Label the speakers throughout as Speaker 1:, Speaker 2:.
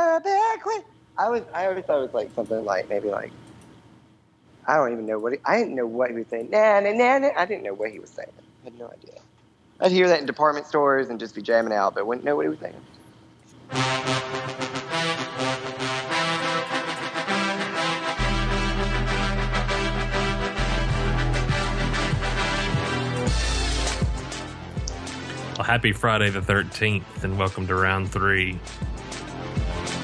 Speaker 1: exactly. I was. I always thought it was like something like maybe like. I don't even know what he, I didn't know what he was saying. Nah, nah, nah, nah. I didn't know what he was saying. I had no idea. I'd hear that in department stores and just be jamming out, but wouldn't know what he was saying.
Speaker 2: Well, happy Friday the 13th, and welcome to round three.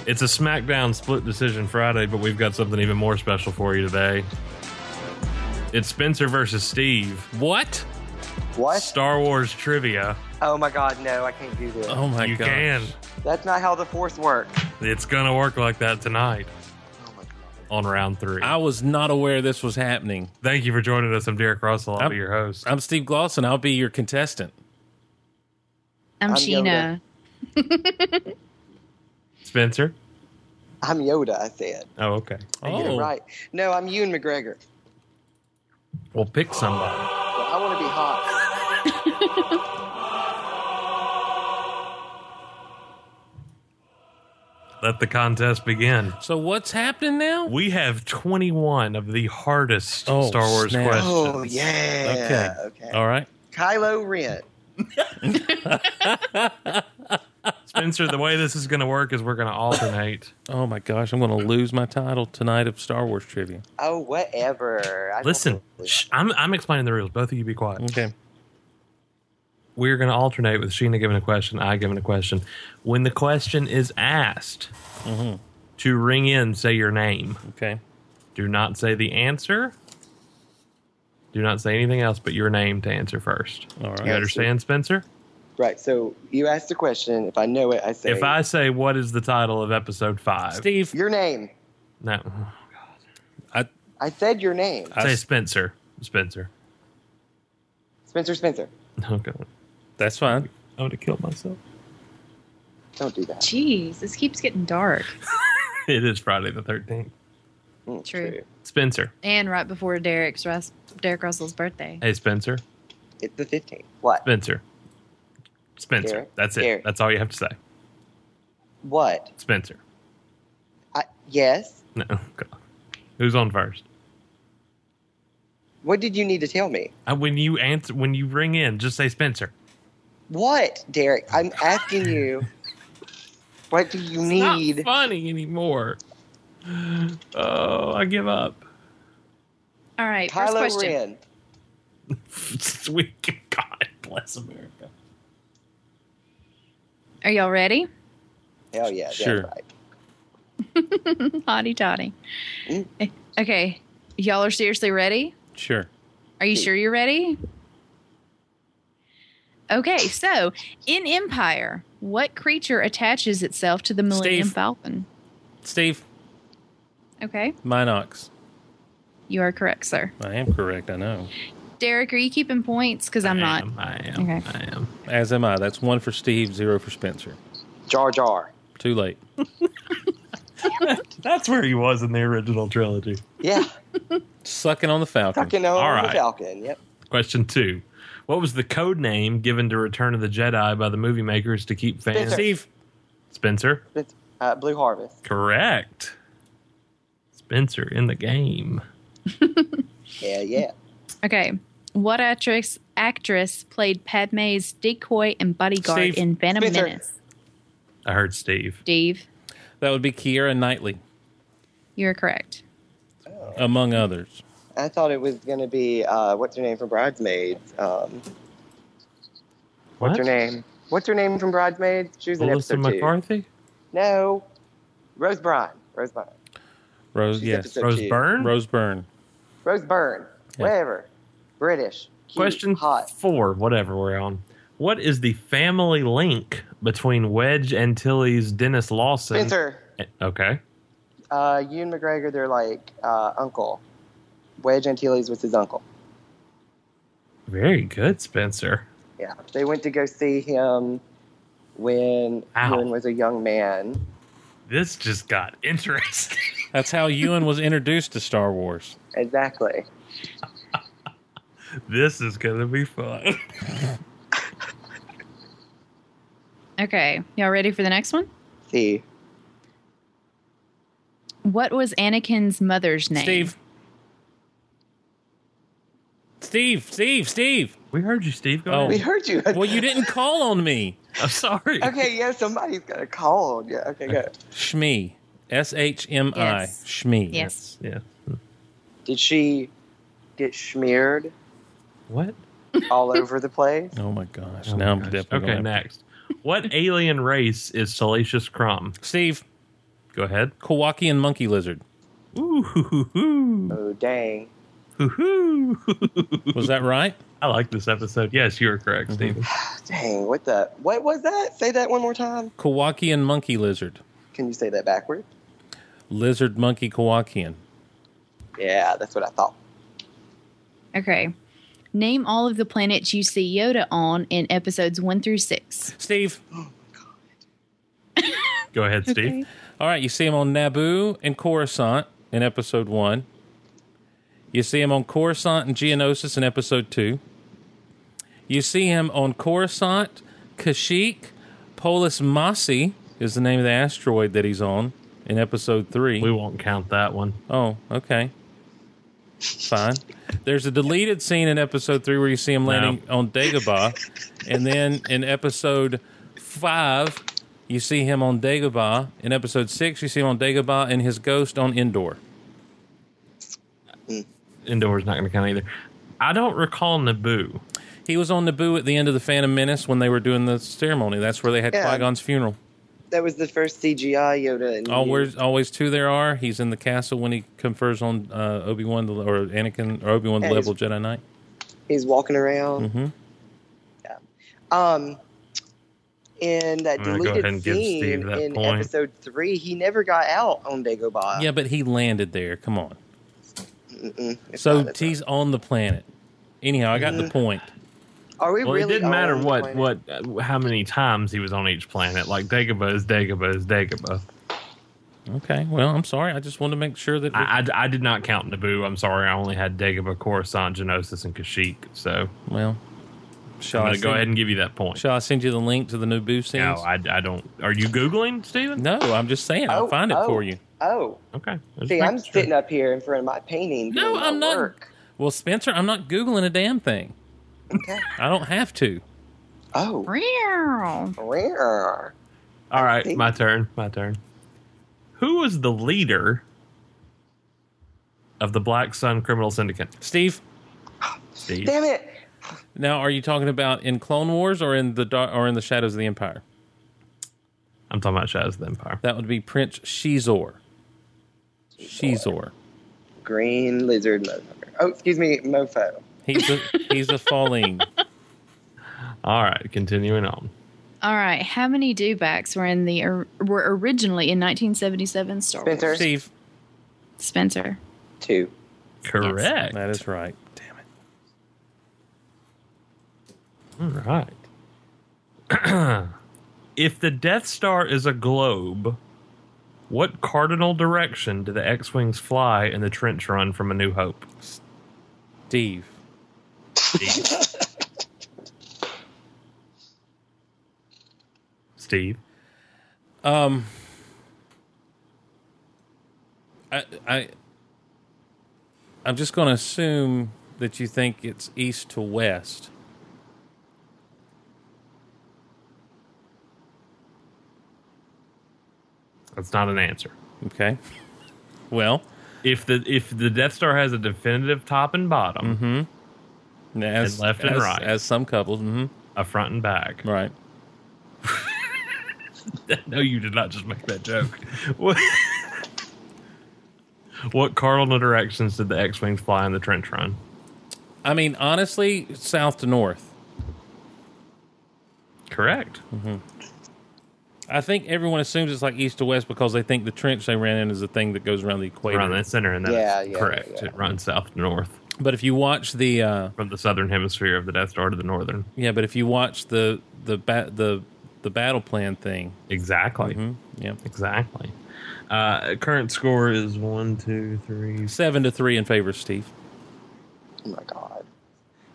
Speaker 2: It's a SmackDown split decision Friday, but we've got something even more special for you today. It's Spencer versus Steve. What?
Speaker 1: What?
Speaker 2: Star Wars trivia.
Speaker 1: Oh my God! No, I can't do this.
Speaker 3: Oh my
Speaker 2: you
Speaker 3: gosh.
Speaker 2: can.
Speaker 1: That's not how the Force works.
Speaker 2: It's going to work like that tonight
Speaker 1: Oh my God!
Speaker 2: on round three.
Speaker 3: I was not aware this was happening.
Speaker 2: Thank you for joining us. I'm Derek Russell. I'll
Speaker 3: I'm-
Speaker 2: be your host.
Speaker 3: I'm Steve Glosson. I'll be your contestant.
Speaker 1: I'm
Speaker 4: I'm,
Speaker 1: Yoda.
Speaker 4: Sheena.
Speaker 2: Spencer.
Speaker 1: I'm Yoda. I said.
Speaker 2: Oh, okay.
Speaker 1: I get it
Speaker 3: Oh.
Speaker 1: right. No, I'm Ewan McGregor.
Speaker 2: Well, pick somebody.
Speaker 1: But I want to be hot.
Speaker 2: Let the contest begin.
Speaker 3: So what's happening now?
Speaker 2: We have 21 of the hardest
Speaker 3: Oh,
Speaker 2: Star Wars
Speaker 3: snap.
Speaker 2: questions.
Speaker 1: Oh yeah.
Speaker 3: Okay.
Speaker 1: Okay.
Speaker 3: All right.
Speaker 1: Kylo Ren.
Speaker 2: Spencer, the way this is going to work is we're going to alternate.
Speaker 3: Oh my gosh, I'm going to lose my title tonight of Star Wars trivia.
Speaker 1: Oh, whatever. I don't
Speaker 2: Listen,
Speaker 1: believe-
Speaker 2: shh, I'm, I'm explaining the rules. Both of you be quiet.
Speaker 3: Okay.
Speaker 2: We're going to alternate with Sheena giving a question, I giving a question. When the question is asked,
Speaker 3: Mm-hmm.
Speaker 2: to ring in, say your name.
Speaker 3: Okay.
Speaker 2: Do not say the answer. Do not say anything else but your name to answer first.
Speaker 3: All right.
Speaker 2: You understand, Spencer?
Speaker 1: Right. So you asked the question. If I know it, I say.
Speaker 2: If I say, What is the title of episode five?
Speaker 3: Steve,
Speaker 1: your name,
Speaker 2: No.
Speaker 3: I,
Speaker 1: I said your name,
Speaker 3: I
Speaker 2: say
Speaker 3: s-
Speaker 2: Spencer. Spencer.
Speaker 1: Spencer Spencer.
Speaker 2: Oh, God.
Speaker 3: that's fine.
Speaker 2: I'm going to kill myself.
Speaker 1: Don't do that.
Speaker 4: Jeez, this keeps getting dark.
Speaker 2: It is Friday the 13th.
Speaker 1: Mm,
Speaker 4: True.
Speaker 2: Spencer.
Speaker 4: And right before Derek's Rus- Derek Russell's birthday.
Speaker 2: Hey, Spencer.
Speaker 1: It's the fifteenth. What?
Speaker 2: Spencer. Spencer.
Speaker 1: Derek.
Speaker 2: That's it.
Speaker 1: Derek.
Speaker 2: That's all you have to say.
Speaker 1: What?
Speaker 2: Spencer.
Speaker 1: I, yes.
Speaker 2: No. God. Who's on first?
Speaker 1: What did you need to tell me?
Speaker 2: Uh, When you answer, when you ring in, just say Spencer.
Speaker 1: What, Derek? I'm asking you. What do you
Speaker 2: Not
Speaker 1: need?
Speaker 2: funny anymore. Oh, I give up.
Speaker 4: All right, first
Speaker 1: Kylo
Speaker 4: question.
Speaker 1: Ren.
Speaker 2: Sweet God bless America.
Speaker 4: Are y'all ready?
Speaker 1: Hell yeah.
Speaker 3: Sure.
Speaker 1: That's right.
Speaker 4: Hotty toddy. Eh,
Speaker 1: Mm.
Speaker 4: Okay, y'all are seriously ready?
Speaker 3: Sure.
Speaker 4: Are you sure you're ready? Okay, so in Empire, what creature attaches itself to the Millennium
Speaker 3: Steve.
Speaker 4: Falcon?
Speaker 3: Steve,
Speaker 4: Okay,
Speaker 3: Minox.
Speaker 4: you are correct, sir.
Speaker 3: I am correct. I know.
Speaker 4: Derek, are you keeping points? Because I'm
Speaker 2: I
Speaker 4: not.
Speaker 2: am, I am.
Speaker 4: Okay.
Speaker 2: I am.
Speaker 3: As am I. That's one for Steve, zero for Spencer.
Speaker 1: Jar Jar.
Speaker 3: Too late.
Speaker 2: That's where he was in the original trilogy.
Speaker 1: Yeah.
Speaker 3: Sucking on the Falcon.
Speaker 1: Fucking on
Speaker 2: All
Speaker 1: the
Speaker 2: right.
Speaker 1: Falcon. Yep.
Speaker 2: Question two. What was the code name given to Return of the Jedi by the movie makers to keep fans?
Speaker 1: Spencer.
Speaker 3: Steve,
Speaker 2: Spencer.
Speaker 1: It's, uh, Blue Harvest.
Speaker 2: Correct. Spencer in the game.
Speaker 1: Yeah. Yeah.
Speaker 4: Okay. What actress actress played Padme's decoy and bodyguard
Speaker 3: Steve
Speaker 4: in Venom
Speaker 1: Spencer.
Speaker 4: Menace?
Speaker 2: I heard Steve.
Speaker 4: Steve,
Speaker 3: that would be Kiera Knightley,
Speaker 4: you're correct.
Speaker 3: among others.
Speaker 1: I thought it was going to be uh, what's her name from Bridesmaids. Um,
Speaker 2: What?
Speaker 1: what's her name? What's her name from Bridesmaids? She was in
Speaker 2: Melissa
Speaker 1: episode two.
Speaker 2: McCarthy?
Speaker 1: No, Rose Byrne. Rose Byrne.
Speaker 3: Rose,
Speaker 1: She's
Speaker 3: yes.
Speaker 1: episode
Speaker 2: Rose
Speaker 1: two.
Speaker 2: Byrne?
Speaker 3: Rose Byrne.
Speaker 1: Rose Byrne.
Speaker 3: Yeah.
Speaker 1: Whatever. British. Cute,
Speaker 2: Question
Speaker 1: Hot.
Speaker 2: four, whatever we're on. What is the family link between Wedge and Tilly's Dennis Lawson?
Speaker 1: Spencer.
Speaker 2: Eh, Okay.
Speaker 1: Uh, Ewan McGregor. They're like uh, uncle. Wedge Antilles was his uncle.
Speaker 2: Very good, Spencer.
Speaker 1: Yeah. They went to go see him when
Speaker 2: Ow.
Speaker 1: Ewan was a young man.
Speaker 2: This just got interesting.
Speaker 3: That's how Ewan was introduced to Star Wars.
Speaker 1: Exactly.
Speaker 2: this is going to be fun.
Speaker 4: Okay. Y'all ready for the next one?
Speaker 1: See.
Speaker 4: What was Anakin's mother's name?
Speaker 3: Steve. Steve, Steve, Steve.
Speaker 2: We heard you, Steve. Go
Speaker 3: Oh.
Speaker 1: We
Speaker 2: ahead.
Speaker 1: heard you.
Speaker 3: Well, you didn't call on me.
Speaker 2: I'm sorry.
Speaker 1: okay, yeah, somebody's got a call. Yeah, okay, good.
Speaker 3: Shmi. S H M I.
Speaker 4: Yes.
Speaker 3: Shmi.
Speaker 4: Yes.
Speaker 2: Yeah.
Speaker 1: Did she get smeared
Speaker 2: What?
Speaker 1: all over the place?
Speaker 3: Oh my gosh.
Speaker 2: Oh
Speaker 3: now
Speaker 2: my
Speaker 3: I'm
Speaker 2: gosh.
Speaker 3: definitely
Speaker 2: Okay,
Speaker 3: gonna have to-
Speaker 2: next. What alien race is Salacious Crumb?
Speaker 3: Steve,
Speaker 2: Go ahead.
Speaker 3: Kowakian monkey lizard.
Speaker 2: Ooh, hoo, hoo, hoo.
Speaker 1: Oh, dang.
Speaker 2: Hoo, hoo.
Speaker 3: Was that right?
Speaker 2: I like this episode. Yes, you were correct, Steven.
Speaker 1: Mm-hmm. Dang, what the? What was that? Say that one more time.
Speaker 3: Kowakian monkey lizard.
Speaker 1: Can you say that backward?
Speaker 3: Lizard monkey Kowakian.
Speaker 1: Yeah, that's what I thought.
Speaker 4: Okay. Name all of the planets you see Yoda on in episodes one through six.
Speaker 3: Steve.
Speaker 2: Go ahead, Steve.
Speaker 3: All right, you see him on Naboo and Coruscant in episode one. You see him on Coruscant and Geonosis in episode two. You see him on Coruscant, Kashyyyk, Polis Masi is the name of the asteroid that he's on in episode three.
Speaker 2: We won't count that one.
Speaker 3: Oh, okay. Fine. There's a deleted scene in episode three where you see him landing on Dagobah. and then in episode five, you see him on Dagobah. In episode six, you see him on Dagobah and his ghost on Endor.
Speaker 2: Indoor's not going to count either. I don't recall Naboo.
Speaker 3: He was on Naboo at the end of The Phantom Menace when they were doing the ceremony. That's where they had
Speaker 1: Yeah.
Speaker 3: Qui Gon's funeral.
Speaker 1: That was the first CGI Yoda. In
Speaker 2: Oh,
Speaker 3: Always, always two there are. He's in the castle when he confers on uh, Obi Wan or Anakin or Obi Wan the
Speaker 1: Yeah,
Speaker 3: level Jedi Knight.
Speaker 1: He's walking around.
Speaker 3: hmm
Speaker 1: Um, in that
Speaker 2: Hmm. I'm gonna go
Speaker 1: deleted
Speaker 2: ahead and give
Speaker 1: scene
Speaker 2: Steve that
Speaker 1: in
Speaker 2: point.
Speaker 1: episode three, he never got out on Dagobah.
Speaker 3: Yeah, but he landed there. Come on.
Speaker 1: Mm-mm, it's
Speaker 3: So
Speaker 1: not, Mm-hmm. it's
Speaker 3: he's on the planet. Anyhow, I got the point.
Speaker 1: not. Are we
Speaker 2: Well,
Speaker 1: really
Speaker 2: it didn't matter
Speaker 1: on the
Speaker 2: what
Speaker 1: planet?
Speaker 2: what uh, how many times he was on each planet. Like Dagobah is Dagobah is Dagobah.
Speaker 3: Okay. Well, I'm sorry. I just wanted to make sure that.
Speaker 2: I, I, I did not count Naboo. I'm sorry. I only had Dagobah, Coruscant, Genosis, and Kashyyyk. So
Speaker 3: well, shall
Speaker 2: I'm
Speaker 3: I
Speaker 2: going to
Speaker 3: send,
Speaker 2: go ahead and give you that point.
Speaker 3: Shall I send you the link to the new boo scenes?
Speaker 2: No, I, I don't. Are you Googling, Steven?
Speaker 3: no, I'm just saying. I'll
Speaker 1: Oh,
Speaker 3: find it
Speaker 1: oh,
Speaker 3: for you.
Speaker 1: Oh,
Speaker 2: Okay.
Speaker 1: see, I'm sitting up here in front of my painting.
Speaker 3: No,
Speaker 1: doing my
Speaker 3: I'm not.
Speaker 1: Work.
Speaker 3: Well, Spencer, I'm not googling a damn thing.
Speaker 1: Okay.
Speaker 3: I don't have to.
Speaker 1: Oh,
Speaker 4: Meow.
Speaker 1: rare.
Speaker 2: All right, my turn. My turn. Who was the leader of the Black Sun criminal syndicate?
Speaker 3: Steve,
Speaker 2: Steve.
Speaker 1: Damn it!
Speaker 3: now are you talking about in Clone Wars or in the Dar- or in the Shadows of the Empire?
Speaker 2: I'm talking about Shadows of the Empire.
Speaker 3: That would be Prince Shizor. Shizor.
Speaker 1: Green lizard motherfucker. Oh, excuse me, mofo.
Speaker 3: He's a he's a falling.
Speaker 2: All right, continuing on.
Speaker 4: All right. How many do backs were in the or, were originally in 1977 Star Wars?
Speaker 1: Spencer,
Speaker 3: Steve,
Speaker 4: Spencer.
Speaker 1: two.
Speaker 2: Correct.
Speaker 3: that is right. Damn it.
Speaker 2: All right. if the Death Star is a globe, what cardinal direction do the X Wings fly in the trench run from A New Hope?
Speaker 3: Steve.
Speaker 2: Steve. Steve.
Speaker 3: Um, I, I, I'm just going to assume that you think it's east to west.
Speaker 2: That's not an answer.
Speaker 3: Okay. Well,
Speaker 2: If the if the Death Star has a definitive top and bottom,
Speaker 3: Mm-hmm. as
Speaker 2: And left and
Speaker 3: as-
Speaker 2: right.
Speaker 3: as some couples, hmm
Speaker 2: a front and back.
Speaker 3: right?
Speaker 2: no, you did not just make that joke. what, what cardinal directions did the X Wings fly in the trench run?
Speaker 3: I mean, honestly, south to north.
Speaker 2: Correct.
Speaker 3: I think everyone assumes it's like east to west because they think the trench they ran in is the thing that goes around the equator.
Speaker 2: Around that center, and that's
Speaker 1: Yeah, yeah,
Speaker 2: correct.
Speaker 1: yeah.
Speaker 2: It runs south to north
Speaker 3: But if you watch the uh,
Speaker 2: from the southern hemisphere of the Death Star to the northern.
Speaker 3: yeah, but if you watch the the ba- the the battle plan thing,
Speaker 2: Exactly.
Speaker 3: hmm yeah,
Speaker 2: Exactly. Uh, current score is one, two, three.
Speaker 3: seven to three in favor of Steve.
Speaker 1: Oh my god.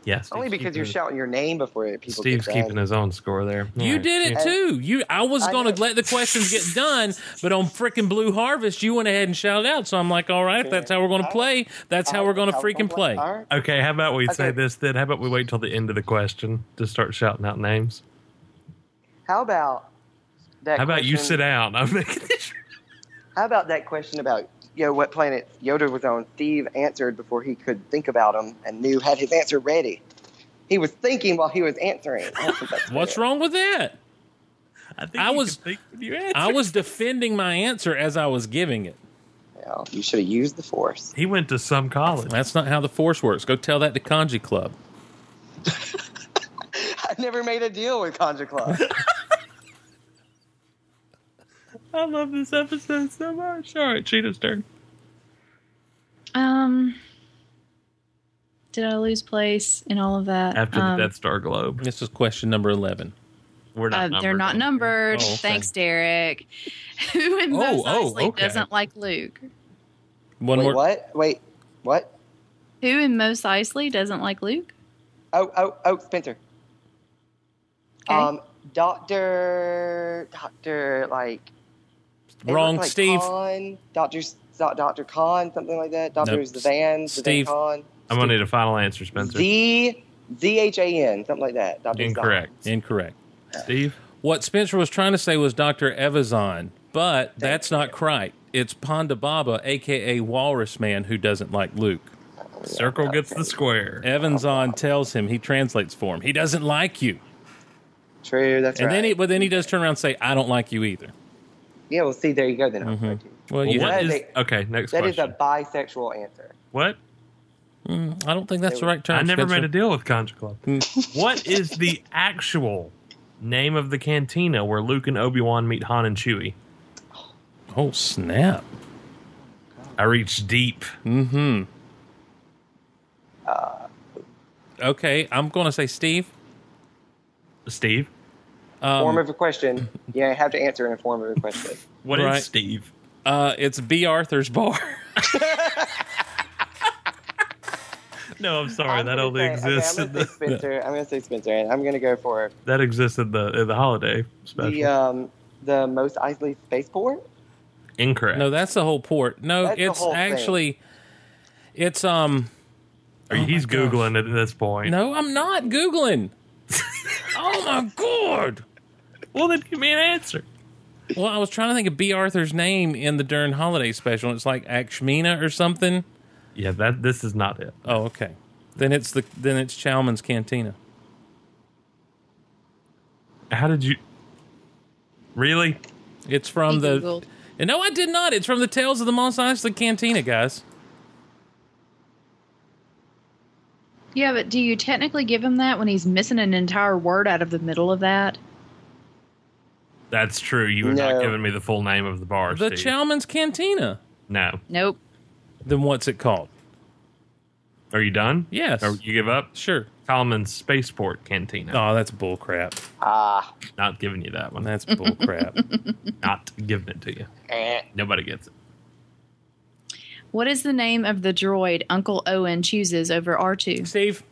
Speaker 2: Yeah, Steve's
Speaker 1: Only because
Speaker 2: keeping
Speaker 1: you're
Speaker 2: his-
Speaker 1: shouting your name before people.
Speaker 2: Steve's
Speaker 1: get
Speaker 2: keeping
Speaker 1: done.
Speaker 2: his own score there.
Speaker 3: You
Speaker 2: Alright,
Speaker 3: did it
Speaker 2: yeah.
Speaker 3: too. You, I was
Speaker 1: I
Speaker 3: going
Speaker 1: know.
Speaker 3: to let the questions get done, but on freaking Blue Harvest, you went ahead and shouted out. So I'm like, all right, if that's how we're going to
Speaker 1: I-
Speaker 3: play, that's how
Speaker 1: I-
Speaker 3: we're going to
Speaker 1: I-
Speaker 3: freaking play.
Speaker 1: All right.
Speaker 2: Okay, how about we say
Speaker 1: Okay.
Speaker 2: this then? How about we wait till the end of the question to start shouting out names?
Speaker 1: How about that?
Speaker 2: How about you
Speaker 1: question-
Speaker 2: sit down? I'm making this.
Speaker 1: How about that question about yo what planet Yoda was on? Steve answered before he could think about him and knew had his answer ready. He was thinking while he was answering. I don't think that's
Speaker 3: What's
Speaker 1: fair.
Speaker 3: wrong with that?
Speaker 2: I, think
Speaker 3: I
Speaker 2: you
Speaker 3: was-
Speaker 2: can think when you answer.
Speaker 3: I was defending my answer as I was giving it.
Speaker 1: Well, you should have used the Force.
Speaker 2: He went to some college.
Speaker 3: That's not how the force works. Go tell that to Kanji Club.
Speaker 1: I never made a deal with Conjure Club.
Speaker 2: I love this episode so much. All right, Cheetah's turn.
Speaker 4: Um, did I lose place in all of that?
Speaker 2: After
Speaker 4: Um,
Speaker 2: the Death Star globe,
Speaker 3: This is question number 11.
Speaker 2: we're not.
Speaker 4: uh, they're not numbered.
Speaker 3: Oh, okay.
Speaker 4: Thanks, Derek. Who in
Speaker 3: Oh,
Speaker 4: Mos
Speaker 3: oh,
Speaker 4: Eisley
Speaker 3: okay.
Speaker 4: doesn't like Luke?
Speaker 3: One
Speaker 1: Wait,
Speaker 3: more.
Speaker 1: what? Wait, what?
Speaker 4: Who in Mos Eisley doesn't like Luke?
Speaker 1: Oh, oh, oh, Spencer.
Speaker 4: Okay.
Speaker 1: Um, Doctor, Doctor, like it
Speaker 3: Wrong,
Speaker 1: looked like
Speaker 3: Steve.
Speaker 1: Khan, Doctor, Doctor Khan, something like that. Doctor
Speaker 3: Nope.
Speaker 1: Zavan, Zavan
Speaker 3: Steve.
Speaker 1: Khan.
Speaker 2: I'm gonna need a final answer, Spencer.
Speaker 1: Z Z H A N, something like that. Dr. Zahn.
Speaker 2: Incorrect.
Speaker 3: Incorrect.
Speaker 2: Steve.
Speaker 3: What Spencer was trying to say was Dr. Evazan, but that's not right. It's Ponda Baba, aka Walrus Man, who doesn't like Luke.
Speaker 2: Circle gets the square.
Speaker 3: Evanzon tells him, he translates for him, he doesn't like you.
Speaker 1: True, that's
Speaker 3: And
Speaker 1: right.
Speaker 3: then he but then he does turn around and say, I don't like you either.
Speaker 1: yeah, well, see, there you go. Then I'll
Speaker 3: Mhm.
Speaker 1: correct you.
Speaker 3: Well,
Speaker 2: Well,
Speaker 3: you
Speaker 2: what
Speaker 1: had-
Speaker 2: is- okay, next
Speaker 1: That is
Speaker 2: question.
Speaker 1: a bisexual answer.
Speaker 2: what?
Speaker 3: Mm, I don't think that's the right term.
Speaker 2: I never
Speaker 3: Spencer.
Speaker 2: made a deal with Conjure Club.
Speaker 3: Hmm.
Speaker 2: what is the actual name of the cantina where Luke and Obi Wan meet Han and Chewie?
Speaker 3: Oh snap.
Speaker 2: I reached deep.
Speaker 3: Mm-hmm.
Speaker 1: Uh,
Speaker 3: okay, I'm gonna say Steve.
Speaker 2: Steve.
Speaker 3: Um,
Speaker 1: form of a question. Yeah, I have to answer in a form of a question.
Speaker 2: What is
Speaker 3: Right.
Speaker 2: Steve?
Speaker 3: uh, it's B. Arthur's bar.
Speaker 2: No, I'm sorry,
Speaker 1: I'm
Speaker 2: that
Speaker 1: gonna
Speaker 2: only
Speaker 1: say-
Speaker 2: exists.
Speaker 1: Okay, I'm
Speaker 2: in the,
Speaker 1: gonna say Spencer. I'm gonna say Spencer, and I'm gonna go for
Speaker 2: that exists in the in the holiday special.
Speaker 3: uh,
Speaker 1: the um the most Eisley spaceport.
Speaker 2: Incorrect.
Speaker 3: no, that's the whole port. No,
Speaker 1: That's the
Speaker 3: it's
Speaker 1: whole thing.
Speaker 3: actually it's um
Speaker 2: Or he's googling it at this point.
Speaker 3: no, I'm not Googling. oh my god.
Speaker 2: Well, then give me an answer.
Speaker 3: Well, I was trying to think of B. Arthur's name in the Dern holiday special. It's like Akshmina or something.
Speaker 2: Yeah, that this is not it.
Speaker 3: Oh, okay. Then it's the then it's Chowman's Cantina.
Speaker 2: How did you? Really?
Speaker 3: It's from
Speaker 4: He
Speaker 3: the
Speaker 4: Googled.
Speaker 3: And no, I did not. It's from the Tales of the Mos Eisley Cantina, guys.
Speaker 4: Yeah, but do you technically give him that when he's missing an entire word out of the middle of that?
Speaker 2: That's true. You were not
Speaker 1: No.
Speaker 2: giving me the full name of the bar.
Speaker 3: The
Speaker 2: Steve.
Speaker 3: Chowman's Cantina.
Speaker 2: No.
Speaker 4: Nope.
Speaker 3: Then what's it called?
Speaker 2: Are you done?
Speaker 3: Yes.
Speaker 2: Or you give up?
Speaker 3: Sure.
Speaker 2: Coleman's Spaceport Cantina.
Speaker 3: Oh, that's bull crap.
Speaker 1: Ah,
Speaker 2: Not giving you that one.
Speaker 3: That's bull crap.
Speaker 2: Not giving it to you.
Speaker 1: eh.
Speaker 2: Nobody gets it.
Speaker 4: What is the name of the droid Uncle Owen chooses over R2?
Speaker 3: Steve.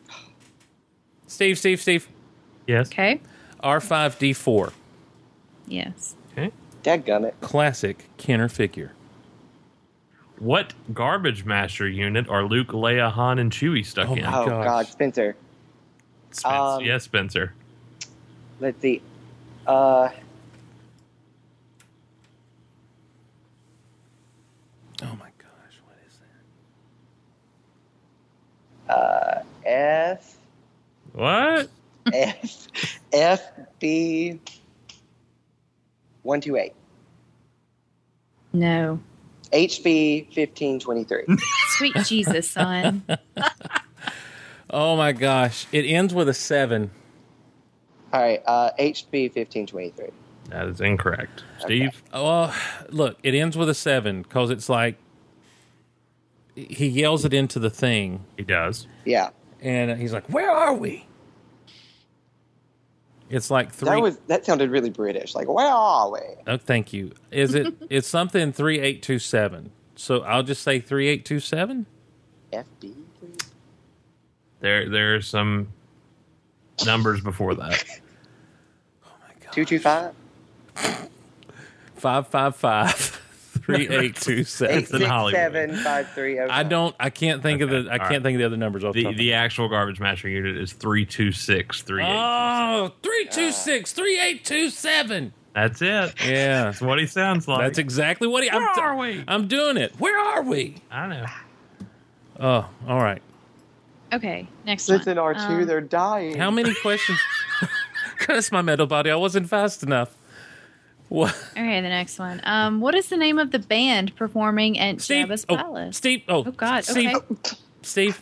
Speaker 3: Steve, Steve, Steve.
Speaker 2: Yes.
Speaker 4: Okay.
Speaker 3: R5D4.
Speaker 4: Yes.
Speaker 2: Okay.
Speaker 1: dadgummit.
Speaker 3: Classic Kenner figure.
Speaker 2: What garbage master unit are Luke, Leia, Han, and Chewie stuck
Speaker 3: Oh
Speaker 2: in?
Speaker 3: my-
Speaker 1: Oh
Speaker 3: gosh.
Speaker 1: God, Spencer.
Speaker 2: Spencer.
Speaker 1: Um,
Speaker 2: yes, Spencer.
Speaker 1: Let's see. Uh,
Speaker 3: Oh my gosh, what is that?
Speaker 1: uh, F
Speaker 2: What?
Speaker 1: F F B one two eight.
Speaker 4: No.
Speaker 1: HB fifteen twenty three.
Speaker 4: Sweet Jesus, son.
Speaker 3: Oh my gosh. It ends with a seven.
Speaker 1: All right, uh, HB fifteen twenty three.
Speaker 2: That is incorrect.
Speaker 1: Okay.
Speaker 2: Steve?
Speaker 3: Oh, look, it ends with a seven because it's like he yells it into the thing
Speaker 2: He does.
Speaker 1: Yeah,
Speaker 3: and he's like, Where are we? It's like three.
Speaker 1: that was that sounded really British. Like where are we?
Speaker 3: oh, thank you. Is it? it's something 3827. So I'll just say 3827.
Speaker 1: FB three.
Speaker 2: There, there are some numbers before that.
Speaker 1: Two two five.
Speaker 3: 555
Speaker 1: Eight
Speaker 3: 3827.
Speaker 2: in
Speaker 1: six
Speaker 2: Hollywood.
Speaker 1: seven five three oh.
Speaker 3: I don't I can't think of
Speaker 2: Okay,
Speaker 3: the I
Speaker 2: all
Speaker 3: can't
Speaker 2: right.
Speaker 3: think of the other numbers off the,
Speaker 2: The
Speaker 3: top.
Speaker 2: the actual garbage matching unit is three two six three eight.
Speaker 3: Oh, 326 3827.
Speaker 2: That's it.
Speaker 3: Yeah.
Speaker 2: That's what he sounds like.
Speaker 3: That's exactly what he, I'm,
Speaker 2: Where are we?
Speaker 3: I'm doing it. Where are we?
Speaker 2: I know.
Speaker 3: Oh, all right.
Speaker 4: Okay, next
Speaker 1: It's
Speaker 4: one.
Speaker 1: in R two.
Speaker 4: Um,
Speaker 1: they're dying.
Speaker 3: How many questions? Curse my metal body. I wasn't fast enough. What?
Speaker 4: Okay, the next one. Um, what is the name of the band performing at
Speaker 3: Steve.
Speaker 4: Jabba's
Speaker 3: oh,
Speaker 4: Palace?
Speaker 3: Steve. Oh,
Speaker 4: Oh, God,
Speaker 3: Steve. Steve.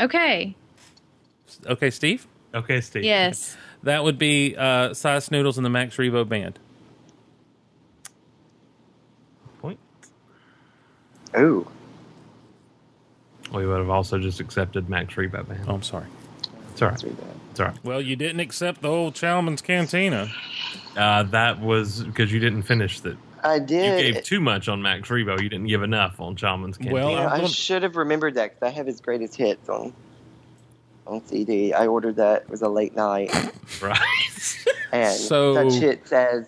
Speaker 4: Okay.
Speaker 3: Okay, Steve.
Speaker 2: Okay, Steve.
Speaker 4: Yes.
Speaker 3: That would be uh, Size Noodles and the Max Revo Band.
Speaker 2: Point.
Speaker 1: Ooh.
Speaker 2: We would have also just accepted Max Rebo, man.
Speaker 3: Oh, I'm sorry.
Speaker 2: It's all right.
Speaker 1: Let's read that.
Speaker 2: It's all right.
Speaker 3: Well, you didn't accept the old Chalmers Cantina.
Speaker 2: Uh, that was because you didn't finish that.
Speaker 1: I
Speaker 2: You
Speaker 1: did.
Speaker 2: gave too much on Max Rebo. You didn't give enough on Chalmers Canteen.
Speaker 3: Well,
Speaker 1: You know,
Speaker 3: I'm
Speaker 1: I
Speaker 3: gonna-
Speaker 1: should have remembered that because I have his greatest hits on on CD. I ordered that. It was a late night,
Speaker 2: right.
Speaker 1: and
Speaker 3: So-
Speaker 1: such hits as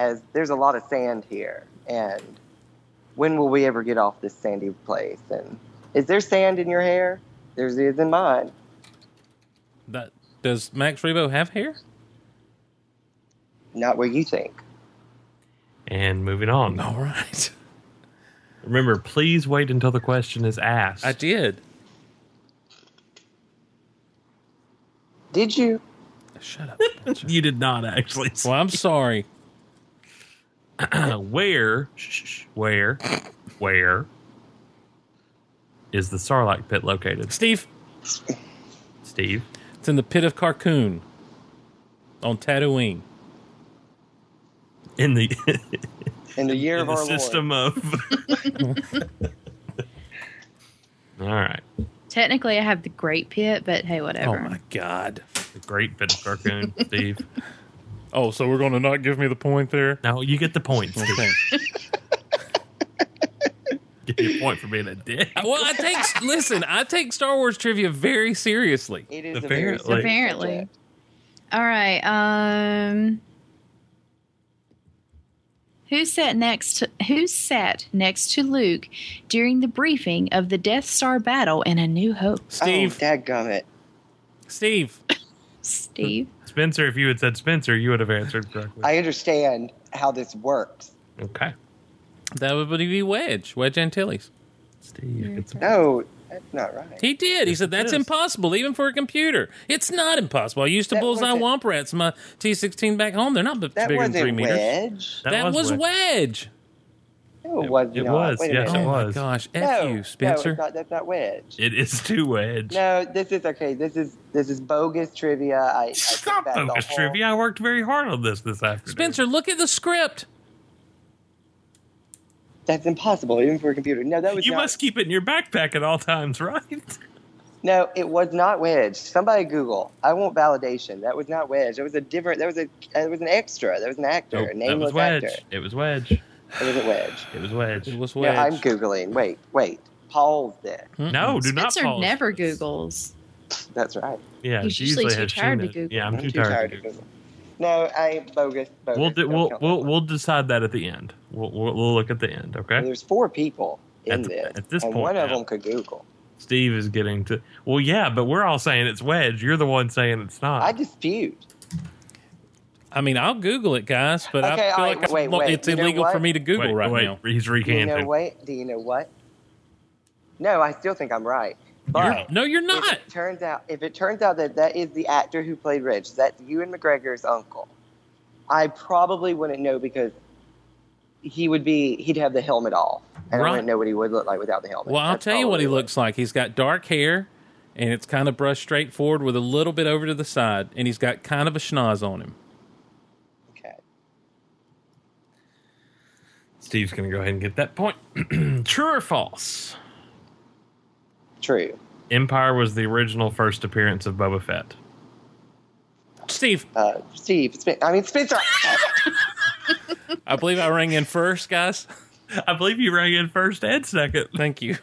Speaker 1: as there's a lot of sand here, and when will we ever get off this sandy place? And is there sand in your hair? There's is in mine.
Speaker 3: That, does Max Rebo have hair?
Speaker 1: Not where you think.
Speaker 2: and moving on.
Speaker 3: All right.
Speaker 2: Remember, please wait until the question is asked.
Speaker 3: I did.
Speaker 1: Did you?
Speaker 3: Shut up.
Speaker 2: you did not actually.
Speaker 3: well, I'm sorry.
Speaker 2: where, shh, shh, where, where is the Sarlacc pit located?
Speaker 3: Steve.
Speaker 2: Steve.
Speaker 3: It's in the pit of Carcoon on Tatooine.
Speaker 2: In the
Speaker 1: In the year
Speaker 2: in
Speaker 1: of
Speaker 2: the
Speaker 1: our Lord.
Speaker 2: system of. All right,
Speaker 4: Technically, I have the Great Pit, but hey, whatever.
Speaker 3: Oh, my God.
Speaker 2: the great bit of cartoon, Steve.
Speaker 3: Oh, so we're going to not give me the point there?
Speaker 2: Now you get the point. Steve.
Speaker 3: Okay.
Speaker 2: Get your point for being a dick.
Speaker 3: well, I take listen. I take Star Wars trivia very seriously.
Speaker 1: It is
Speaker 2: Apparently.
Speaker 1: a very serious
Speaker 4: Apparently.
Speaker 1: subject.
Speaker 4: All right. Um, who sat next? Who sat next to Luke during the briefing of the Death Star battle in A New Hope?
Speaker 3: Steve,
Speaker 1: Oh, dadgummit.
Speaker 3: Steve,
Speaker 4: Steve.
Speaker 2: Spencer, if you had said Spencer, you would have answered correctly.
Speaker 1: I understand how this works.
Speaker 2: okay,
Speaker 3: that would be Wedge, Wedge Antilles.
Speaker 2: Steve. Gets a
Speaker 1: No, that's not right.
Speaker 3: He did. He said that's
Speaker 2: Yes.
Speaker 3: impossible, even for a computer. It's not impossible. I used to
Speaker 1: That
Speaker 3: bullseye
Speaker 1: wasn't-
Speaker 3: womp rats in my T16 back home. They're not b-
Speaker 1: That
Speaker 3: bigger than
Speaker 1: wasn't
Speaker 3: three meters.
Speaker 1: wedge.
Speaker 3: That, was,
Speaker 2: Wedge.
Speaker 3: Wedge.
Speaker 1: No, it
Speaker 2: It-
Speaker 1: was
Speaker 2: it
Speaker 1: not.
Speaker 2: was,
Speaker 1: Wait a
Speaker 2: yes,
Speaker 1: minute.
Speaker 2: it
Speaker 3: oh my
Speaker 2: was.
Speaker 3: gosh! F
Speaker 1: No,
Speaker 3: you,
Speaker 1: No,
Speaker 3: Spencer.
Speaker 1: it's not, that's not wedge.
Speaker 2: It is two wedge.
Speaker 1: no, this is okay. This is this is bogus trivia. I, I take
Speaker 2: Stop
Speaker 1: back the
Speaker 2: focus
Speaker 1: whole-
Speaker 2: trivia. I worked very hard on this this afternoon.
Speaker 3: Spencer, look at the script.
Speaker 1: That's impossible, even for a computer. No, that was
Speaker 2: you
Speaker 1: not,
Speaker 2: must keep it in your backpack at all times, right?
Speaker 1: No, it was not wedge. Somebody Google. I want validation. That was not wedge. That was a different. That was a. That was an extra. That was an actor. a
Speaker 2: that was
Speaker 1: nameless
Speaker 2: wedge.
Speaker 1: actor.
Speaker 2: It was wedge.
Speaker 1: It wasn't wedge.
Speaker 2: It was wedge.
Speaker 3: It was
Speaker 1: No,
Speaker 3: Wedge.
Speaker 1: I'm googling. Wait, wait. Paul's there.
Speaker 2: No, do not.
Speaker 4: Spencer
Speaker 2: pause.
Speaker 4: never Googles.
Speaker 1: That's right.
Speaker 2: Yeah,
Speaker 4: He's
Speaker 2: she
Speaker 4: usually
Speaker 2: usually
Speaker 4: too
Speaker 2: has
Speaker 4: tired to
Speaker 2: Sheena.
Speaker 4: Google.
Speaker 2: Yeah, I'm,
Speaker 1: I'm too tired
Speaker 2: to
Speaker 1: of
Speaker 2: Google.
Speaker 1: Google. No, I bogus. bogus.
Speaker 2: We'll do,
Speaker 1: Don't
Speaker 2: we'll
Speaker 1: count that
Speaker 2: we'll
Speaker 1: one.
Speaker 2: we'll decide that at the end. We'll we'll, we'll look at the end.
Speaker 1: Well,
Speaker 2: Okay.
Speaker 1: There's four people in
Speaker 2: At the-
Speaker 1: this,
Speaker 2: at this
Speaker 1: and
Speaker 2: point,
Speaker 1: one of
Speaker 2: yeah.
Speaker 1: them could Google.
Speaker 2: Steve is getting to. Well, yeah, but we're all saying it's wedge. You're the one saying it's not.
Speaker 1: I dispute.
Speaker 3: I mean, I'll Google it, guys, but I
Speaker 1: Okay,
Speaker 3: feel
Speaker 1: all
Speaker 3: like
Speaker 1: right,
Speaker 3: I'm-
Speaker 1: wait,
Speaker 3: look,
Speaker 1: wait.
Speaker 3: it's
Speaker 1: You know
Speaker 3: illegal for
Speaker 1: what?
Speaker 3: me to Google
Speaker 2: Wait,
Speaker 3: right
Speaker 2: wait,
Speaker 3: now.
Speaker 2: He's
Speaker 1: Do you
Speaker 2: recanting.
Speaker 1: know what? Do you know what? No, I still think I'm right.
Speaker 3: You're-
Speaker 1: But
Speaker 3: no, you're
Speaker 1: if
Speaker 3: not.
Speaker 1: it turns out, if it turns out that that is the actor who played Rich, that's Ewan McGregor's uncle. I probably wouldn't know because he would be he'd have the helmet off, and
Speaker 3: Right.
Speaker 1: I wouldn't know what he would look like without the helmet.
Speaker 3: Well, I'll
Speaker 1: That's
Speaker 3: tell you what he
Speaker 1: probably
Speaker 3: looks like. He's got dark hair, and it's kind of brushed straight forward with a little bit over to the side, and he's got kind of a schnoz on him.
Speaker 1: Okay.
Speaker 2: Steve's going to go ahead and get that point. True or false?
Speaker 1: True.
Speaker 2: Empire was the original first appearance of Boba Fett.
Speaker 3: Steve,
Speaker 1: Uh, Steve, Spen- I mean Spencer.
Speaker 3: I believe I rang in first, guys.
Speaker 2: I believe you rang in first and second.
Speaker 3: Thank you.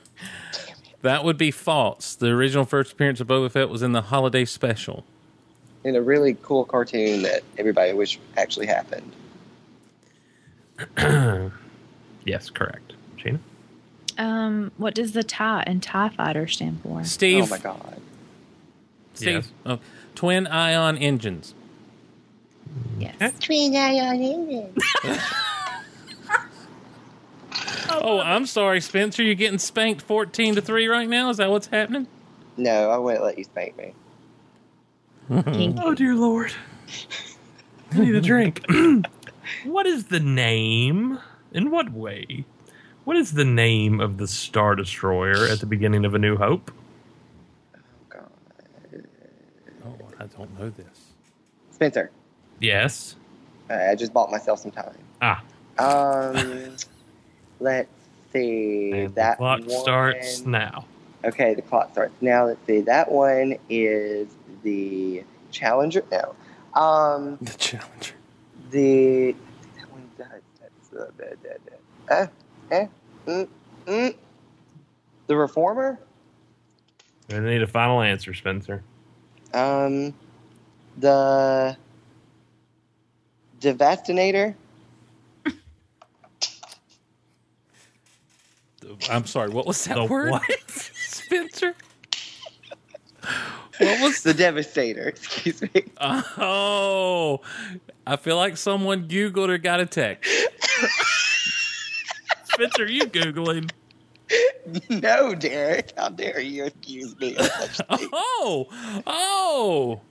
Speaker 3: That would be false. The original first appearance of Boba Fett was in the holiday special.
Speaker 1: in a really cool cartoon that everybody wished actually happened.
Speaker 2: yes, correct. Gina?
Speaker 4: Um, what does the tie and tie fighter stand for?
Speaker 3: Steve,
Speaker 1: Oh my god!
Speaker 3: Steve,
Speaker 2: Yes.
Speaker 3: oh, twin ion engines.
Speaker 4: Yes.
Speaker 3: Oh, I'm sorry, Spencer. You're getting spanked 14 to three right now. Is that what's happening?
Speaker 1: No, I wouldn't let you spank me.
Speaker 4: Kinky.
Speaker 2: Oh dear lord. I need a drink. what is the name? In what way? What is the name of the Star Destroyer at the beginning of A New Hope?
Speaker 1: Oh god,
Speaker 3: Oh, I don't know this.
Speaker 1: Spencer,
Speaker 2: Yes.
Speaker 1: I I just bought myself some time.
Speaker 2: Ah,
Speaker 1: Um, let's see.
Speaker 2: and the
Speaker 1: that
Speaker 2: clock
Speaker 1: one-
Speaker 2: starts now.
Speaker 1: Okay, the clock starts now. Let's see. That one is the Challenger. No, um,
Speaker 3: The Challenger.
Speaker 1: the that one does. That's uh, that, that, that. Uh, eh, mm, mm. The Reformer.
Speaker 2: I need a final answer, Spencer.
Speaker 1: Um, the Devastator.
Speaker 3: I'm sorry. What was that
Speaker 2: The
Speaker 3: word?
Speaker 2: what?
Speaker 3: Spencer? What was
Speaker 1: The Devastator. Excuse me.
Speaker 3: Oh, I feel like someone Googled or got a text.
Speaker 2: Spencer, you Googling.
Speaker 1: No, Derek. How dare you accuse me? Of such a thing?
Speaker 3: Oh, oh.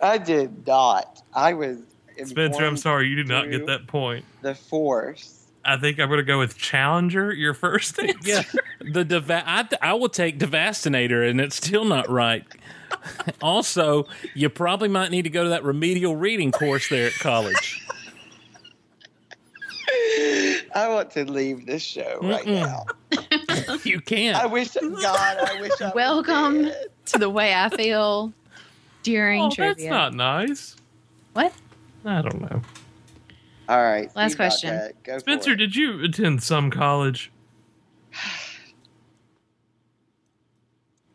Speaker 1: I did not. I was.
Speaker 2: Spencer, I'm
Speaker 1: informed
Speaker 2: sorry, you did not
Speaker 1: through
Speaker 2: get that point.
Speaker 1: The Force.
Speaker 2: I think I'm going to go with Challenger, your first answer.
Speaker 3: Yeah. The deva- I, I will take Devastinator, and it's still not right. also, you probably might need to go to that remedial reading course there at college.
Speaker 1: I want to leave this show right
Speaker 3: Mm-mm.
Speaker 1: now.
Speaker 3: you
Speaker 1: I
Speaker 3: can't.
Speaker 1: wish God. I wish. I was
Speaker 4: Welcome
Speaker 1: dead.
Speaker 4: to the way I feel during
Speaker 2: Oh,
Speaker 4: trivia.
Speaker 2: that's not nice.
Speaker 4: what?
Speaker 2: I don't know.
Speaker 1: All right.
Speaker 4: Last
Speaker 1: Steve
Speaker 4: question.
Speaker 1: Bobcat, Go for
Speaker 2: Spencer,
Speaker 1: it.
Speaker 2: did you attend some college?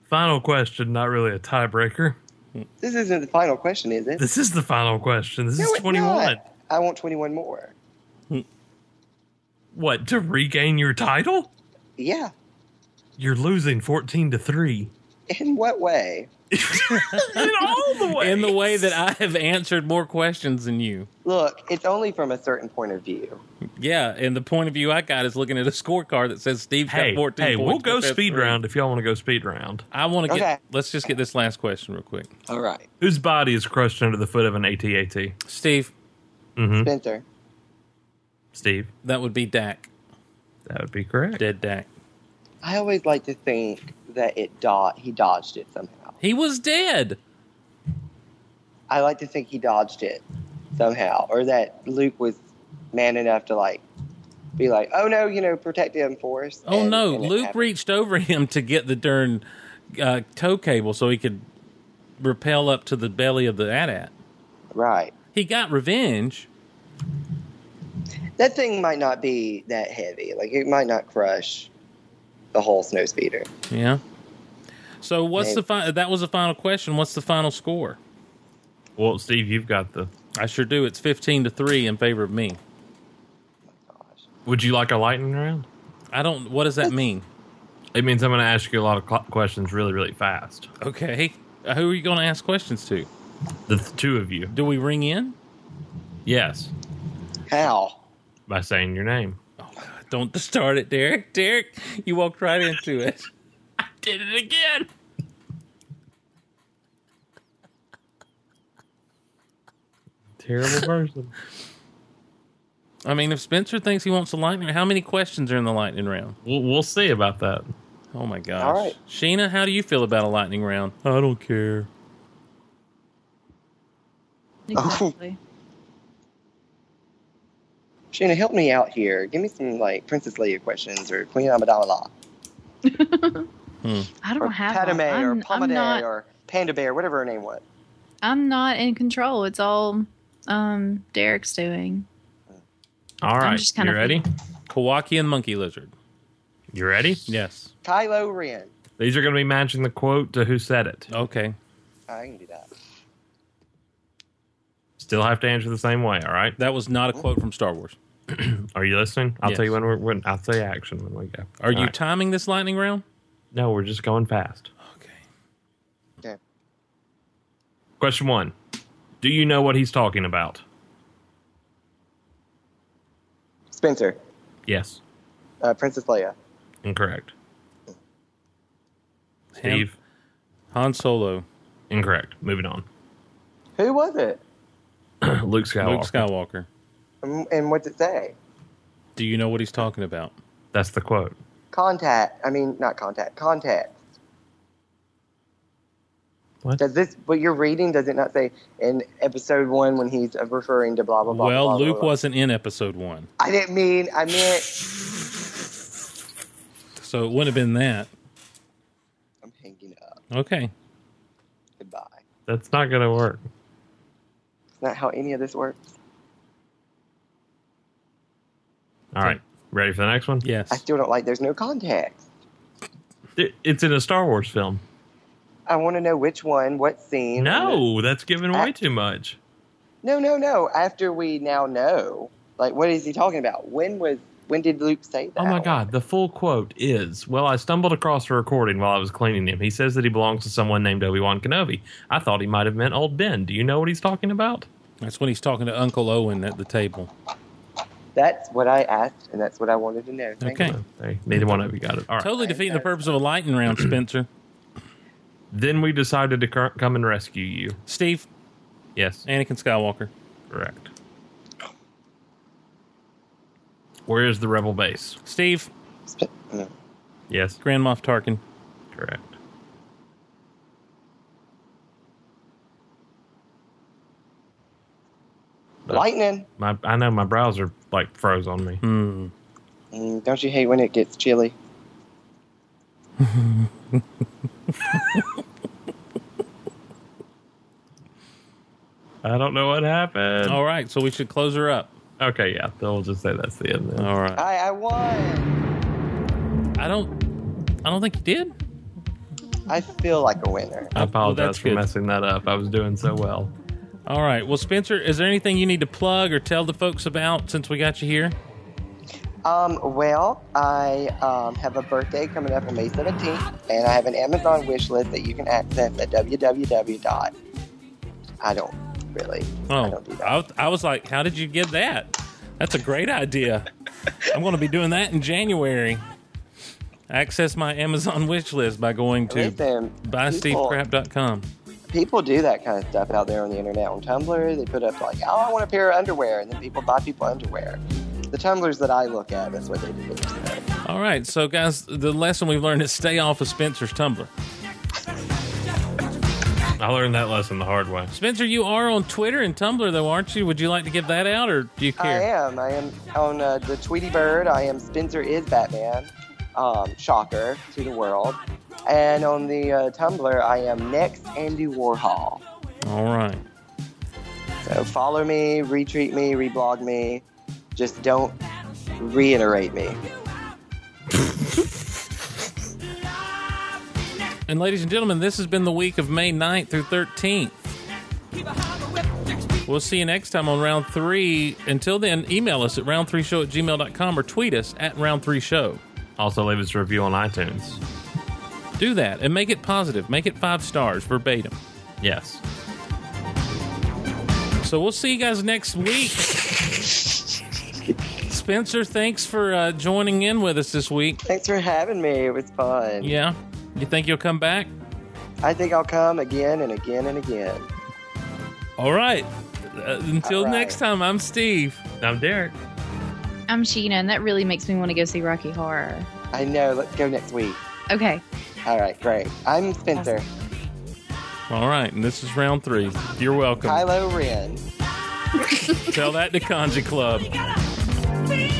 Speaker 2: Final question, not really a tiebreaker.
Speaker 1: this isn't the final question, is it?
Speaker 2: This is the final question. This
Speaker 1: No,
Speaker 2: is
Speaker 1: it's
Speaker 2: 21.
Speaker 1: not. I want twenty-one more.
Speaker 2: What, to regain your title?
Speaker 1: Yeah.
Speaker 2: You're losing 14 to 3.
Speaker 1: In what way?
Speaker 2: In all the way.
Speaker 3: In the way that I have answered more questions than you.
Speaker 1: Look, it's only from a certain point of view.
Speaker 3: Yeah, and the point of view I got is looking at a scorecard that says Steve's
Speaker 2: Hey,
Speaker 3: got 14
Speaker 2: hey,
Speaker 3: points.
Speaker 2: we'll go
Speaker 3: but that's
Speaker 2: speed
Speaker 3: three.
Speaker 2: round if y'all want to go speed round.
Speaker 3: I want to get.
Speaker 1: Okay.
Speaker 3: Let's just get this last question real quick.
Speaker 1: All right.
Speaker 2: Whose body is crushed under the foot of an ATAT?
Speaker 3: Steve,
Speaker 2: Mm-hmm.
Speaker 1: Spencer.
Speaker 2: Steve,
Speaker 3: that would be Dak.
Speaker 2: that would be correct.
Speaker 3: Dead Dak.
Speaker 1: I always like to think that it dod- he dodged it somehow.
Speaker 3: He was dead.
Speaker 1: I like to think he dodged it somehow, or that Luke was man enough to like be like, "Oh no, you know, protect him, Force."
Speaker 3: Oh
Speaker 1: and-
Speaker 3: no!
Speaker 1: and it
Speaker 3: Luke
Speaker 1: happened.
Speaker 3: reached over him to get the darn uh, tow cable so he could rappel up to the belly of the AT-AT.
Speaker 1: Right.
Speaker 3: He got revenge.
Speaker 1: That thing might not be that heavy. Like it might not crush the whole snow speeder.
Speaker 3: Yeah. So what's
Speaker 1: Maybe.
Speaker 3: the fi- that was the final question? What's the final score?
Speaker 2: Well, Steve, you've got the.
Speaker 3: I sure do. It's fifteen to three in favor of me.
Speaker 1: Gosh.
Speaker 2: Would you like a lightning round?
Speaker 3: I don't. What does that mean?
Speaker 2: It means I'm going to ask you a lot of cl- questions really, really fast.
Speaker 3: Okay. Uh, Who are you going to ask questions to?
Speaker 2: The th- two of you.
Speaker 3: Do we ring in?
Speaker 2: Yes,
Speaker 1: How?
Speaker 2: by saying your name.
Speaker 3: Don't start it, Derek. Derek, you walked right into it.
Speaker 2: I did it again. Terrible person.
Speaker 3: I mean, if Spencer thinks he wants a lightning, how many questions are in the lightning round?
Speaker 2: We'll, we'll see about that.
Speaker 3: Oh my gosh.
Speaker 1: All right.
Speaker 3: Sheena, how do you feel about a lightning round? I don't care.
Speaker 1: Oh.
Speaker 4: Exactly.
Speaker 1: Shana, help me out here. Give me some like Princess Leia questions or Queen Amidala
Speaker 4: I don't
Speaker 1: or
Speaker 4: have
Speaker 1: Padme
Speaker 4: one.
Speaker 1: or
Speaker 4: I'm- I'm
Speaker 1: Pomade
Speaker 4: not-
Speaker 1: or Panda Bear, whatever her name was.
Speaker 4: I'm not in control. It's all um Derek's doing.
Speaker 2: All right,
Speaker 4: just
Speaker 2: you
Speaker 4: kinda
Speaker 2: ready?
Speaker 3: Kowakian monkey lizard.
Speaker 2: You ready?
Speaker 3: Yes.
Speaker 1: Kylo Ren.
Speaker 2: These are going to be matching the quote to who said it.
Speaker 3: Okay.
Speaker 1: I can do that.
Speaker 2: Still have to answer the same way. All right.
Speaker 3: That was not a quote from Star Wars.
Speaker 2: Are you listening? I'll
Speaker 3: Yes.
Speaker 2: tell you when we're when I'll tell you action when we go.
Speaker 3: Are you
Speaker 2: All right.
Speaker 3: timing this lightning round?
Speaker 2: no, we're just going fast.
Speaker 3: Okay.
Speaker 1: Okay.
Speaker 2: Question one: Do you know what he's talking about?
Speaker 1: Spencer.
Speaker 2: Yes.
Speaker 1: Uh, Princess Leia.
Speaker 2: Incorrect.
Speaker 3: Him?
Speaker 2: Steve.
Speaker 3: Han Solo,
Speaker 2: Incorrect. Moving on.
Speaker 1: Who was it?
Speaker 2: Luke Skywalker.
Speaker 3: Luke Skywalker.
Speaker 1: And and what's it say?
Speaker 3: Do you know what he's talking about?
Speaker 2: That's the quote.
Speaker 1: Contact. I mean, not contact. Contact.
Speaker 2: What?
Speaker 1: Does this what you're reading? Does it not say in episode one when he's uh, referring to blah blah blah?
Speaker 3: well,
Speaker 1: blah, blah,
Speaker 3: Luke
Speaker 1: blah.
Speaker 3: wasn't in Episode One,
Speaker 1: I didn't mean. I meant.
Speaker 3: so it wouldn't have been that.
Speaker 1: I'm hanging up.
Speaker 3: Okay.
Speaker 1: Goodbye.
Speaker 2: That's not going to work.
Speaker 1: It's not how any of this works.
Speaker 2: All right. Ready for the next one?
Speaker 3: Yes.
Speaker 1: I still don't like. There's no context.
Speaker 2: It- It's in a Star Wars film.
Speaker 1: I want to know which one, what scene.
Speaker 2: No, that's giving way
Speaker 1: I-
Speaker 2: too much.
Speaker 1: No, no, no. After we now know, like, what is he talking about? When was? When did Luke say that?
Speaker 2: Oh my God. The full quote is Well, I stumbled across a recording while I was cleaning him. He says that he belongs to someone named Obi Wan Kenobi. I thought he might have meant old Ben. Do you know what he's talking about?
Speaker 3: That's when he's talking to Uncle Owen at the table.
Speaker 1: That's what I asked, and that's what I wanted to know. Thank
Speaker 3: Okay.
Speaker 1: you.
Speaker 2: Hey, neither one of you got it. All right.
Speaker 3: Totally defeating the purpose of a lightning round, Spencer.
Speaker 2: Then we decided to cur- come and rescue you.
Speaker 3: Steve,
Speaker 2: Yes.
Speaker 3: Anakin Skywalker.
Speaker 2: Correct. Where is the rebel base?
Speaker 3: Steve,
Speaker 1: Sp- uh, no.
Speaker 2: Yes.
Speaker 3: Grand Moff Tarkin.
Speaker 2: Correct. But
Speaker 1: Lightning.
Speaker 2: My, I know my browser like froze on me.
Speaker 3: Hmm.
Speaker 1: Mm, don't you hate when it gets chilly?
Speaker 2: I don't know what happened.
Speaker 3: All right, so we should close her up.
Speaker 2: Okay, yeah, then we'll just say that's the end. Then.
Speaker 3: All right.
Speaker 1: I, I won.
Speaker 3: I don't. I don't think you did.
Speaker 1: I feel like a winner.
Speaker 2: I apologize
Speaker 3: Well, that's
Speaker 2: for
Speaker 3: good.
Speaker 2: messing that up. I was doing so well.
Speaker 3: All right. Well, Spencer, is there anything you need to plug or tell the folks about since we got you here?
Speaker 1: Um, well, I um, have a birthday coming up on May 17th, and I have an Amazon wish list that you can access at www. dot. I don't really. I
Speaker 3: Oh,
Speaker 1: don't do that.
Speaker 3: I, was- I was like, how did you get that? That's a great idea. I'm going to be doing that in January. Access my Amazon wish list by going to
Speaker 1: Listen, people-
Speaker 3: buystevecrap.com.
Speaker 1: people do that kind of stuff out there on the internet on Tumblr. They put up like, "Oh, I want a pair of underwear," and then people buy people underwear. The tumblers that I look at, that's what they do. So,
Speaker 3: All right. So, guys, the lesson we've learned is stay off of Spencer's Tumblr.
Speaker 2: I learned that lesson the hard way.
Speaker 3: Spencer, you are on Twitter and Tumblr, though, aren't you? Would you like to give that out or do you
Speaker 1: I
Speaker 3: care?
Speaker 1: am. I am on uh, the Tweety Bird. I am Spencer is Batman. Um, shocker to the world. And on the uh, Tumblr, I am next Andy Warhol.
Speaker 3: All right.
Speaker 1: So follow me, retweet me, reblog me. Just don't reiterate me.
Speaker 3: And, ladies and gentlemen, this has been the week of May 9th through 13th. We'll see you next time on round three. Until then, email us at round3show at gmail.com or tweet us at round3show.
Speaker 2: Also, leave us a review on iTunes.
Speaker 3: Do that and make it positive. Make it five stars verbatim.
Speaker 2: Yes.
Speaker 3: So we'll see you guys next week. Spencer, thanks for uh, joining in with us this week.
Speaker 1: Thanks for having me. It was fun.
Speaker 3: Yeah. You think you'll come back?
Speaker 1: I think I'll come again and again and again.
Speaker 3: All right. Uh, until
Speaker 1: All right.
Speaker 3: next time, I'm Steve.
Speaker 2: I'm Derek.
Speaker 4: I'm Sheena, and that really makes me want to go see Rocky Horror.
Speaker 1: I know. Let's go next week.
Speaker 4: Okay.
Speaker 1: All right, great. I'm Spencer.
Speaker 3: All right. And this is round three. You're welcome.
Speaker 1: Kylo Ren.
Speaker 3: Tell that to Kanji Club.
Speaker 5: gotta be